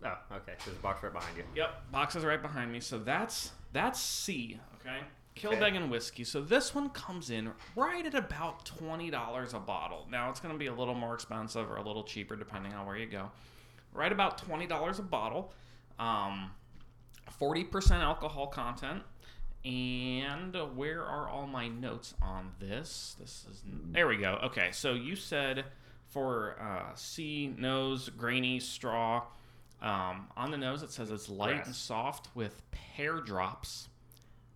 [SPEAKER 3] Oh, okay. There's a box right behind you.
[SPEAKER 1] Yep, box is right behind me. So that's that's C. Okay, Kilbeggan whiskey. So this one comes in right at about twenty dollars a bottle. Now it's going to be a little more expensive or a little cheaper depending on where you go. Right about twenty dollars a bottle. Um, forty percent alcohol content. And where are all my notes on this? This is there we go. Okay, so you said for uh, C nose grainy straw. Um, on the nose, it says it's light
[SPEAKER 3] Grass.
[SPEAKER 1] and soft with pear drops,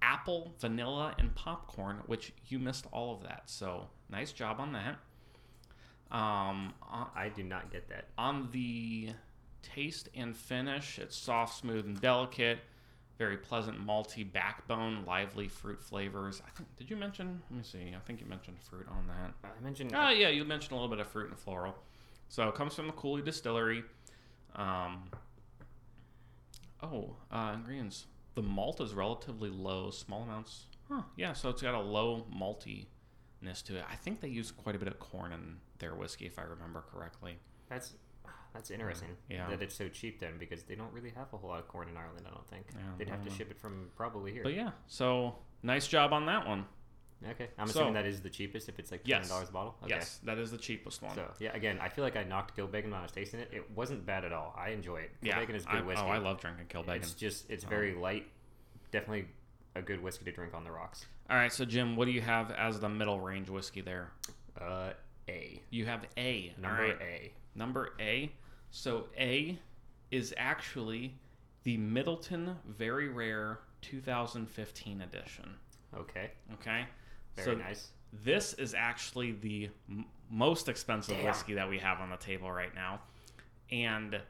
[SPEAKER 1] apple, vanilla, and popcorn. Which you missed all of that. So nice job on that. Um, on-
[SPEAKER 3] I do not get that.
[SPEAKER 1] on the taste and finish, it's soft, smooth, and delicate. Very pleasant malty backbone, lively fruit flavors. I think. Did you mention? Let me see. I think you mentioned fruit on that.
[SPEAKER 3] Uh, I mentioned
[SPEAKER 1] Oh yeah, you mentioned a little bit of fruit and floral. So it comes from the Cooley Distillery. Um, oh, uh, ingredients. The malt is relatively low, small amounts. Huh, yeah, so it's got a low maltiness to it. I think they use quite a bit of corn in their whiskey, if I remember correctly.
[SPEAKER 3] that's that's interesting.
[SPEAKER 1] Yeah.
[SPEAKER 3] That it's so cheap then, because they don't really have a whole lot of corn in Ireland. I don't think
[SPEAKER 1] Yeah,
[SPEAKER 3] they'd have
[SPEAKER 1] no,
[SPEAKER 3] to
[SPEAKER 1] no.
[SPEAKER 3] ship it from probably here.
[SPEAKER 1] But yeah, so nice job on that one.
[SPEAKER 3] Okay. I'm
[SPEAKER 1] So-
[SPEAKER 3] assuming that is the cheapest if it's like
[SPEAKER 1] Yes.
[SPEAKER 3] ten dollars a bottle. Okay.
[SPEAKER 1] Yes, that is the cheapest one.
[SPEAKER 3] So yeah, again, I feel like I knocked Gil Bacon when I was tasting it. It wasn't bad at all. I enjoy it. Gil
[SPEAKER 1] yeah,
[SPEAKER 3] Bacon is
[SPEAKER 1] I,
[SPEAKER 3] good whiskey.
[SPEAKER 1] Oh, I love drinking Kilbeggan.
[SPEAKER 3] It's just it's very light. Definitely a good whiskey to drink on the rocks.
[SPEAKER 1] All right, so Jim, what do you have as the middle range whiskey there?
[SPEAKER 3] Uh, A
[SPEAKER 1] You have A. All
[SPEAKER 3] number
[SPEAKER 1] right.
[SPEAKER 3] A.
[SPEAKER 1] Number A. So A is actually the Middleton Very Rare 2015 edition.
[SPEAKER 3] Okay,
[SPEAKER 1] Okay.
[SPEAKER 3] very
[SPEAKER 1] so
[SPEAKER 3] nice.
[SPEAKER 1] this is actually the m- most expensive
[SPEAKER 3] Damn.
[SPEAKER 1] whiskey that we have on the table right now. And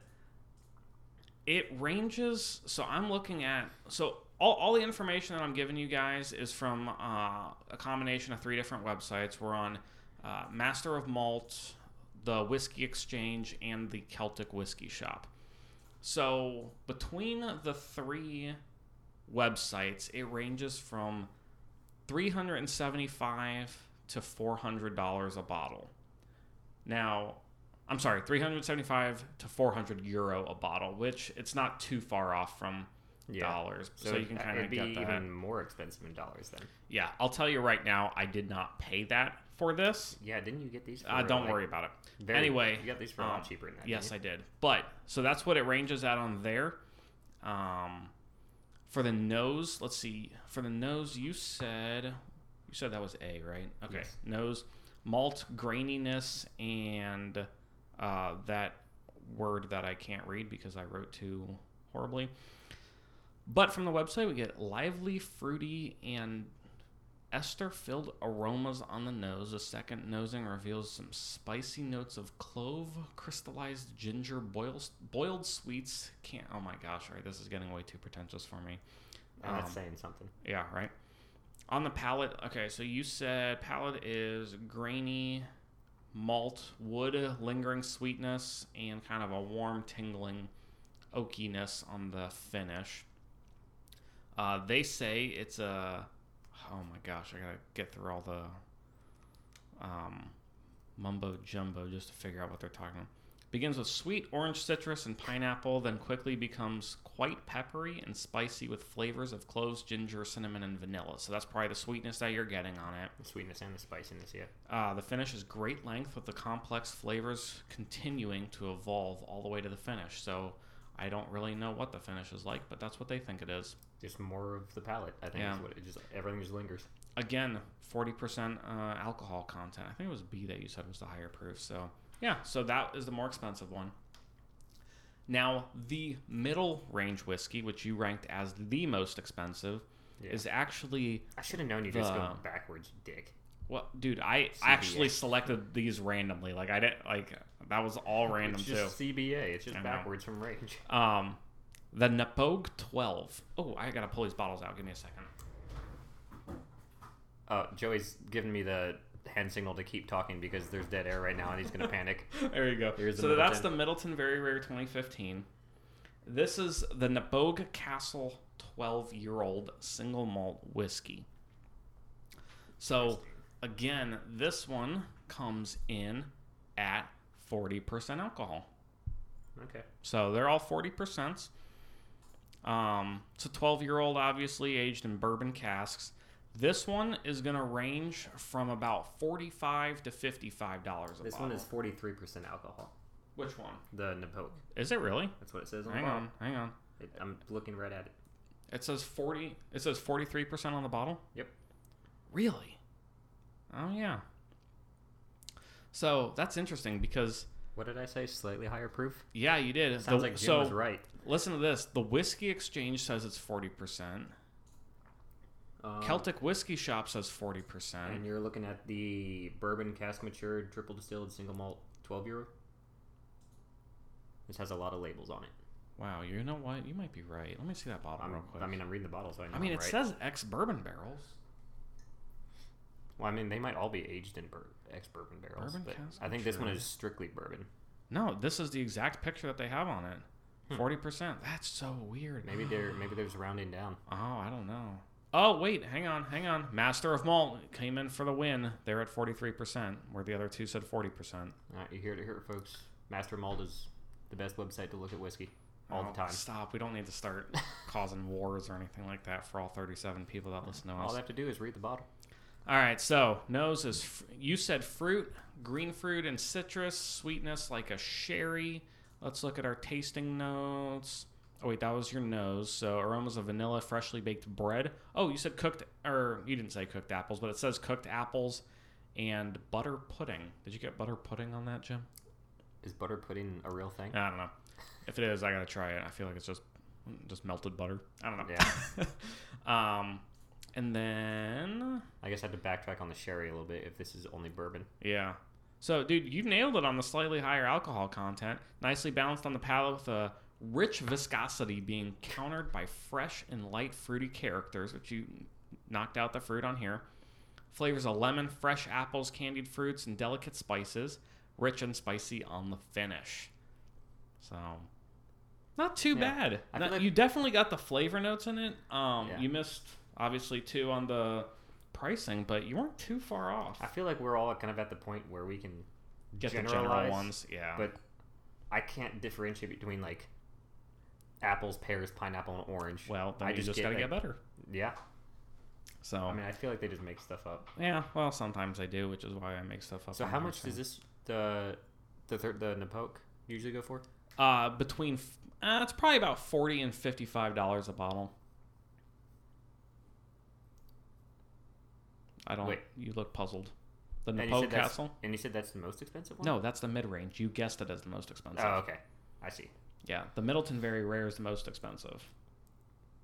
[SPEAKER 1] it ranges. So I'm looking at. So all, all the information that I'm giving you guys is from uh, a combination of three different websites. We're on uh, Master of Malt, the Whiskey Exchange, and the Celtic Whiskey Shop. So between the three websites, it ranges from 375 to 400 dollars a bottle. Now, I'm sorry, 375 to 400 euro a bottle, which it's not too far off from
[SPEAKER 3] Yeah.
[SPEAKER 1] dollars. So, you can
[SPEAKER 3] uh,
[SPEAKER 1] kind of
[SPEAKER 3] it'd be
[SPEAKER 1] get that.
[SPEAKER 3] even more expensive in dollars then.
[SPEAKER 1] Yeah, I'll tell you right now, I did not pay that for this.
[SPEAKER 3] Yeah, didn't you get these? For
[SPEAKER 1] Uh, don't
[SPEAKER 3] like,
[SPEAKER 1] worry about it.
[SPEAKER 3] very-
[SPEAKER 1] anyway,
[SPEAKER 3] you got these for a
[SPEAKER 1] um,
[SPEAKER 3] lot cheaper. Than that,
[SPEAKER 1] Yes,
[SPEAKER 3] didn't
[SPEAKER 1] I did. But so that's what it ranges at on there. Um, for the nose, let's see. For the nose, you said you said that was A, right? Okay.
[SPEAKER 3] Yes.
[SPEAKER 1] Nose, malt, graininess, and uh, that word that I can't read because I wrote too horribly. But from the website, we get lively, fruity, and Ester filled aromas on the nose. A second nosing reveals some spicy notes of clove, crystallized ginger, boils, boiled sweets. Can't, oh my gosh, all right, this is getting way too pretentious for me.
[SPEAKER 3] you? And
[SPEAKER 1] um,
[SPEAKER 3] Oh, that's saying something.
[SPEAKER 1] Yeah, right. On the palate, okay, so you said palate is grainy, malt, wood, lingering sweetness, and kind of a warm, tingling oakiness on the finish. Uh, they say it's a. Oh my gosh, I gotta get through all the um, mumbo jumbo just to figure out what they're talking about. Begins with sweet orange citrus and pineapple, then quickly becomes quite peppery and spicy with flavors of cloves, ginger, cinnamon, and vanilla. So that's probably the sweetness that you're getting on it.
[SPEAKER 3] The sweetness and the spiciness. Yeah.
[SPEAKER 1] Uh, the finish is great length with the complex flavors continuing to evolve all the way to the finish. So I don't really know what the finish is like, but that's what they think it is.
[SPEAKER 3] Just more of the palate. I think
[SPEAKER 1] Yeah.
[SPEAKER 3] is what it just everything just lingers.
[SPEAKER 1] Again, 40% uh, alcohol content. I think it was B that you said was the higher proof. So yeah, so that is the more expensive one. Now, the middle range whiskey, which you ranked as the most expensive,
[SPEAKER 3] Yeah.
[SPEAKER 4] is actually
[SPEAKER 3] I should have known you just
[SPEAKER 1] The-
[SPEAKER 3] going backwards, dick.
[SPEAKER 1] Well, dude, I actually selected these randomly. Like I didn't like that was all random
[SPEAKER 3] It's
[SPEAKER 1] too.
[SPEAKER 3] just CBA. It's just
[SPEAKER 1] I know.
[SPEAKER 3] backwards from range.
[SPEAKER 1] Um, the Napogue Twelve. Oh, I gotta pull these bottles out. Give me a second.
[SPEAKER 3] Oh, Joey's giving me the hand signal to keep talking because there's dead air right now and he's gonna panic.
[SPEAKER 1] There you go.
[SPEAKER 3] Here's the
[SPEAKER 1] so that's the
[SPEAKER 3] Middleton.
[SPEAKER 1] Middleton Very Rare 2015. This is the Naboga Castle 12 year old single malt whiskey. So, again, this one comes in at 40% alcohol.
[SPEAKER 3] Okay.
[SPEAKER 1] So they're all 40%. Um, it's a 12 year old, obviously, aged in bourbon casks. This one is going to range from about 45 to $55 a bottle.
[SPEAKER 3] This one is 43% alcohol.
[SPEAKER 1] Which one?
[SPEAKER 3] The Napoke.
[SPEAKER 1] Is it really?
[SPEAKER 3] That's what it says on
[SPEAKER 1] Hang
[SPEAKER 3] the bottle.
[SPEAKER 1] on, hang on.
[SPEAKER 3] It, I'm looking right at it.
[SPEAKER 1] It says forty. It says forty-three percent on the bottle.
[SPEAKER 3] Yep.
[SPEAKER 1] Really? Oh yeah. So that's interesting because
[SPEAKER 3] What did I say? Slightly higher proof?
[SPEAKER 1] yeah, you did. The-
[SPEAKER 3] Sounds like Jim
[SPEAKER 1] so
[SPEAKER 3] was right.
[SPEAKER 1] listen to this. The whiskey exchange says it's forty percent.
[SPEAKER 3] Um,
[SPEAKER 1] Celtic whiskey shop says forty
[SPEAKER 3] And
[SPEAKER 1] percent.
[SPEAKER 3] you're looking at the bourbon cask matured, triple distilled, single malt, 12 year old. This has a lot of labels on it.
[SPEAKER 1] Wow, you know what? You might be right. Let me see that bottle
[SPEAKER 3] I'm,
[SPEAKER 1] real quick.
[SPEAKER 3] I mean, I'm reading the bottle, so I know.
[SPEAKER 1] I mean,
[SPEAKER 3] am
[SPEAKER 1] it
[SPEAKER 3] right.
[SPEAKER 1] says ex bourbon barrels.
[SPEAKER 3] Well, I mean, they might all be aged in bur- ex bourbon barrels,
[SPEAKER 1] Bourbon
[SPEAKER 3] but
[SPEAKER 1] cask
[SPEAKER 3] I think this one
[SPEAKER 1] matured.
[SPEAKER 3] is strictly bourbon.
[SPEAKER 1] No, this is the exact picture that they have on it. Forty percent. That's so weird.
[SPEAKER 3] Hmm. Maybe they're maybe there's rounding down.
[SPEAKER 1] Oh, I don't know. Oh, wait, hang on, hang on. Master of Malt came in for the win. They're at 43%, where the other two said 40%.
[SPEAKER 3] All right, Uh, you hear it here, folks. Master Malt is the best website to look at whiskey all
[SPEAKER 1] Oh,
[SPEAKER 3] the time.
[SPEAKER 1] Stop. We don't need to start causing wars or anything like that for all 37 people that listen to us.
[SPEAKER 3] All they have to do is read the bottle.
[SPEAKER 1] All right, so nose is fr- you said fruit, green fruit and citrus, sweetness like a sherry. Let's look at our tasting notes. Oh wait, that was your nose. So aromas of vanilla, freshly baked bread. Oh, you said cooked or you didn't say cooked apples, but it says cooked apples and butter pudding. Did you get butter pudding on that, Jim?
[SPEAKER 3] Is butter pudding a real thing?
[SPEAKER 1] I don't know. If it is, I gotta try it. I feel like it's just just melted butter. I don't know. um, and then
[SPEAKER 3] I guess I have to backtrack on the sherry a little bit if this is only bourbon.
[SPEAKER 1] Yeah. So, dude, you nailed it on the slightly higher alcohol content. Nicely balanced on the palate with a rich viscosity being countered by fresh and light fruity characters, which you knocked out the fruit on here. Flavors of lemon, fresh apples, candied fruits, and delicate spices. Rich and spicy on the finish. So, not too
[SPEAKER 3] Yeah.
[SPEAKER 1] bad.
[SPEAKER 3] I feel
[SPEAKER 1] Not-
[SPEAKER 3] like-
[SPEAKER 1] you definitely got the flavor notes in it. Um,
[SPEAKER 3] Yeah.
[SPEAKER 1] You missed, obviously, too, on the pricing, but you weren't too far off.
[SPEAKER 3] I feel like we're all kind of at the point where we can
[SPEAKER 1] get the general
[SPEAKER 3] generalize,
[SPEAKER 1] ones. Yeah.
[SPEAKER 3] but I can't differentiate between like apples, pears, pineapple, and orange.
[SPEAKER 1] well, then
[SPEAKER 3] I
[SPEAKER 1] you just, gotta
[SPEAKER 3] like-
[SPEAKER 1] get Oh. better.
[SPEAKER 3] Yeah,
[SPEAKER 1] So
[SPEAKER 3] I mean, I feel like they just make stuff up.
[SPEAKER 1] yeah, well, sometimes I do, which is why I make stuff up.
[SPEAKER 3] So
[SPEAKER 1] on
[SPEAKER 3] how
[SPEAKER 1] here,
[SPEAKER 3] much
[SPEAKER 1] so.
[SPEAKER 3] does this the the thir- the Napoke usually go for?
[SPEAKER 1] Uh, between f- uh, it's probably about forty and fifty-five dollars a bottle. I don't.
[SPEAKER 3] Wait.
[SPEAKER 1] You look puzzled. The
[SPEAKER 3] And you
[SPEAKER 1] Napo
[SPEAKER 3] said that's-
[SPEAKER 1] Castle.
[SPEAKER 3] And you said that's the most expensive one.
[SPEAKER 1] No, that's the mid-range. You guessed it as the most expensive.
[SPEAKER 3] Oh, okay. I see.
[SPEAKER 1] Yeah, the Middleton Very Rare is the most expensive.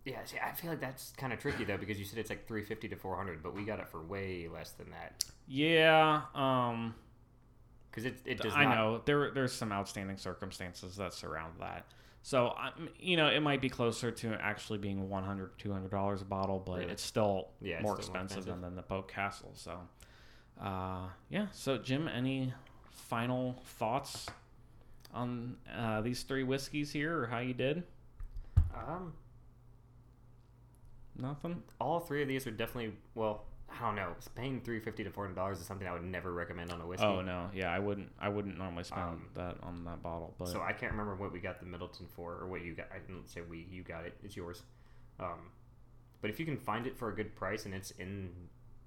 [SPEAKER 3] Yeah, see, I feel like that's kind of tricky though because you said it's like three fifty to four hundred, but we got it for way less than that
[SPEAKER 1] Yeah. Um.
[SPEAKER 3] because it it does
[SPEAKER 1] I
[SPEAKER 3] not.
[SPEAKER 1] know there there's some outstanding circumstances that surround that. So I'm, you know, it might be closer to actually being 100 200 dollars a bottle, but
[SPEAKER 3] Really?
[SPEAKER 1] it's still
[SPEAKER 3] Yeah, it's
[SPEAKER 1] more
[SPEAKER 3] still more
[SPEAKER 1] expensive,
[SPEAKER 3] expensive.
[SPEAKER 1] than the Boat Castle. So, uh, yeah. So Jim, any final thoughts on uh, these three whiskeys here, or how you did?
[SPEAKER 3] Um,
[SPEAKER 1] Nothing.
[SPEAKER 3] all three of these are definitely well. I don't know. Paying three fifty to four hundred dollars is something I would never recommend on a whiskey.
[SPEAKER 1] Oh no, yeah, I wouldn't. I wouldn't normally spend
[SPEAKER 3] Um,
[SPEAKER 1] that on that bottle, but
[SPEAKER 3] So I can't remember what we got the Middleton for, or what you got. I didn't say we. You got it. It's yours. Um, but if you can find it for a good price and it's in,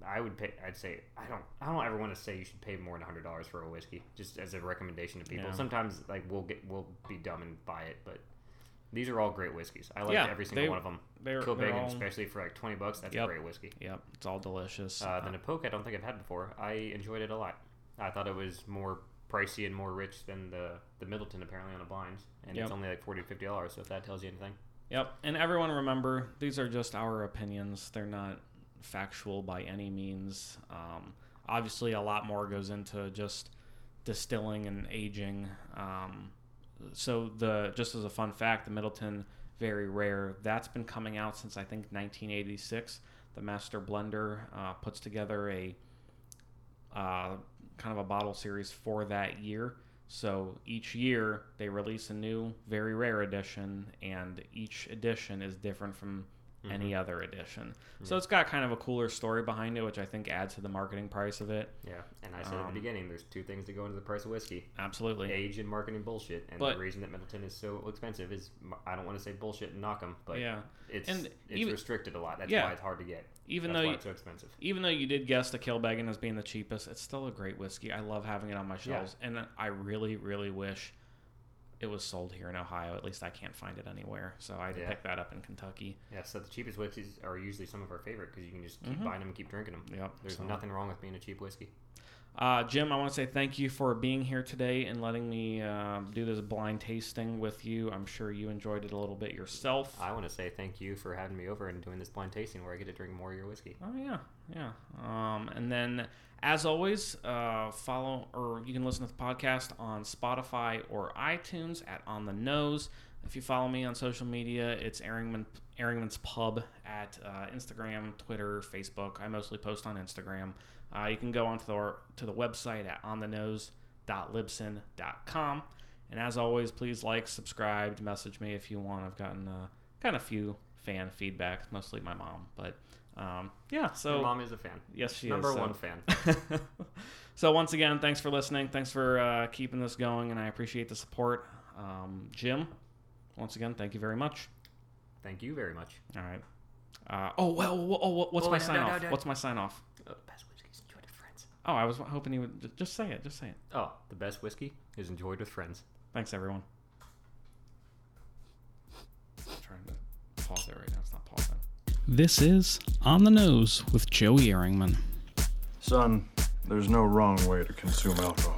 [SPEAKER 3] I would pay. I'd say I don't. I don't ever want to say you should pay more than hundred dollars for a whiskey. Just as a recommendation to people.
[SPEAKER 1] Yeah.
[SPEAKER 3] Sometimes like we'll get we'll be dumb and buy it, but these are all great whiskeys. I like
[SPEAKER 1] Yeah,
[SPEAKER 3] every single
[SPEAKER 1] they-
[SPEAKER 3] one of them.
[SPEAKER 1] they're, they're
[SPEAKER 3] Kilbeggan,
[SPEAKER 1] all,
[SPEAKER 3] especially for like twenty bucks, that's
[SPEAKER 1] Yep.
[SPEAKER 3] a great whiskey.
[SPEAKER 1] yep, it's all delicious.
[SPEAKER 3] Uh, the Napoke, I don't think I've had before. I enjoyed it a lot. I thought it was more pricey and more rich than the, the Middleton apparently on the blinds, and
[SPEAKER 1] Yep.
[SPEAKER 3] it's only like forty to fifty dollars. So if that tells you anything,
[SPEAKER 1] Yep. And everyone remember, these are just our opinions. They're not factual by any means. Um, obviously, a lot more goes into just distilling and aging. Um, so the just as a fun fact, the Middleton very rare. That's been coming out since I think 1986. The master blender uh, puts together a uh, kind of a bottle series for that year. So each year they release a new very rare edition, and each edition is different from any
[SPEAKER 3] Mm-hmm.
[SPEAKER 1] other edition. So it's got kind of a cooler story behind it, which I think adds to the marketing price of it.
[SPEAKER 3] Yeah, and I said at the
[SPEAKER 1] Um,
[SPEAKER 3] beginning, there's two things that go into the price of whiskey:
[SPEAKER 1] Absolutely.
[SPEAKER 3] age and marketing bullshit. And
[SPEAKER 1] But-
[SPEAKER 3] the reason that Middleton is so expensive is m- I don't want to say bullshit and knock them, but
[SPEAKER 1] yeah.
[SPEAKER 3] it's
[SPEAKER 1] And
[SPEAKER 3] it's
[SPEAKER 1] even-
[SPEAKER 3] restricted a lot. That's
[SPEAKER 1] yeah.
[SPEAKER 3] why it's hard to get.
[SPEAKER 1] Even
[SPEAKER 3] That's
[SPEAKER 1] though
[SPEAKER 3] why
[SPEAKER 1] you-
[SPEAKER 3] it's so expensive.
[SPEAKER 1] even though you did guess the Kilbeggan as being the cheapest, it's still a great whiskey. I love having it on my shelves, and I really, really wish it was sold here in Ohio. At least I can't find it anywhere, so I had to
[SPEAKER 3] Yeah.
[SPEAKER 1] pick that up in Kentucky.
[SPEAKER 3] Yeah, so the cheapest whiskeys are usually some of our favorite because you can just keep
[SPEAKER 1] Mhm.
[SPEAKER 3] buying them and keep drinking them.
[SPEAKER 1] Yep.
[SPEAKER 3] There's
[SPEAKER 1] so-
[SPEAKER 3] nothing wrong with being a cheap whiskey.
[SPEAKER 1] Uh, Jim, I want to say thank you for being here today and letting me uh, do this blind tasting with you. I'm sure you enjoyed it a little bit yourself.
[SPEAKER 3] I want to say thank you for having me over and doing this blind tasting where I get to drink more of your whiskey.
[SPEAKER 1] Oh yeah, yeah. Um, and then, as always, uh, follow or you can listen to the podcast on Spotify or iTunes at On the Nose. If you follow me on social media, it's Erringman Erringman's Pub at uh, Instagram, Twitter, Facebook. I mostly post on Instagram. Uh, you can go onto the to the website at onthenose.libsyn.com. And as always, please like, subscribe, message me if you want. I've gotten uh, kind of few fan feedback, mostly my mom, but um, yeah. So
[SPEAKER 3] Your mom is a fan.
[SPEAKER 1] yes, she
[SPEAKER 3] Number
[SPEAKER 1] is so-
[SPEAKER 3] one fan.
[SPEAKER 1] so once again, thanks for listening. Thanks for uh, keeping this going, and I appreciate the support. Um, Jim, once again, thank you very much.
[SPEAKER 3] Thank you very much.
[SPEAKER 1] All right. Uh, oh well. wh- Oh, wh- what's
[SPEAKER 3] Oh,
[SPEAKER 1] my
[SPEAKER 3] no,
[SPEAKER 1] sign
[SPEAKER 3] no, no,
[SPEAKER 1] off?
[SPEAKER 3] no.
[SPEAKER 1] What's my sign off?
[SPEAKER 3] Oh, the best whiskey is enjoyed with friends.
[SPEAKER 1] Oh, I was hoping you would ju- just say it. Just say it.
[SPEAKER 3] Oh, the best whiskey is enjoyed with friends.
[SPEAKER 1] Thanks, everyone. I'm trying to pause it right now. It's not pausing. This is on the nose with Joey Eringman.
[SPEAKER 2] Son, there's no wrong way to consume alcohol.